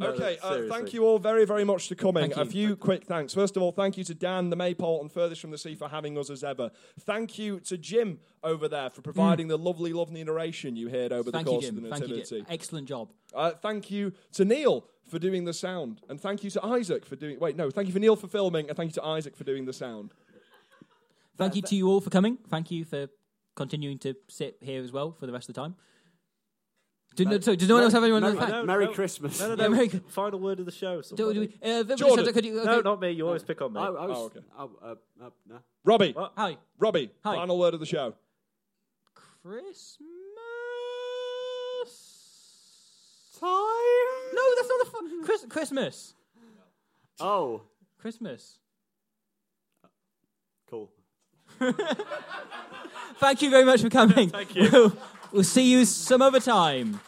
F: uh, thank
G: seriously.
F: you all very, very much for coming.
C: Thank
F: A
C: you.
F: few quick thanks. First of all, thank you to Dan, the Maypole, and Furthest from the Sea for having us as ever. Thank you to Jim over there for providing the lovely, lovely narration you heard over
C: Mm. Thank
F: the
C: you,
F: course
C: Jim.
F: of the
C: Thank
F: Nativity.
C: you, Jim. Excellent job.
F: Uh, thank you to Neil for doing the sound, and thank you to Isaac for doing. Wait, no, thank you for Neil for filming, and thank you to Isaac for doing the sound.
C: Thank you to you all for coming. Thank you for continuing to sit here as well for the rest of the time. Did no, sorry, does no one else have anyone else?
G: no,
E: Merry
G: no.
E: Christmas.
G: No, no,
C: (laughs) Yeah,
G: no.
C: Merry-
G: Final word of the
C: Do,
G: show.
C: do
G: somebody.
C: we, uh, everybody
F: Jordan.
C: said- could you, okay.
G: No, not me. You always pick on me.
E: I, I was,
F: Oh, okay.
E: oh, uh, uh, no.
F: Robbie,
G: What?
C: Hi,
F: Robbie,
C: Hi.
F: final word of the show.
C: Christmas.
E: Time.
C: No, that's not the fu- Chris- Christmas.
E: Oh,
C: Christmas.
E: cool.
C: Thank you very much for coming. Thank you. We'll, we'll see you some other time.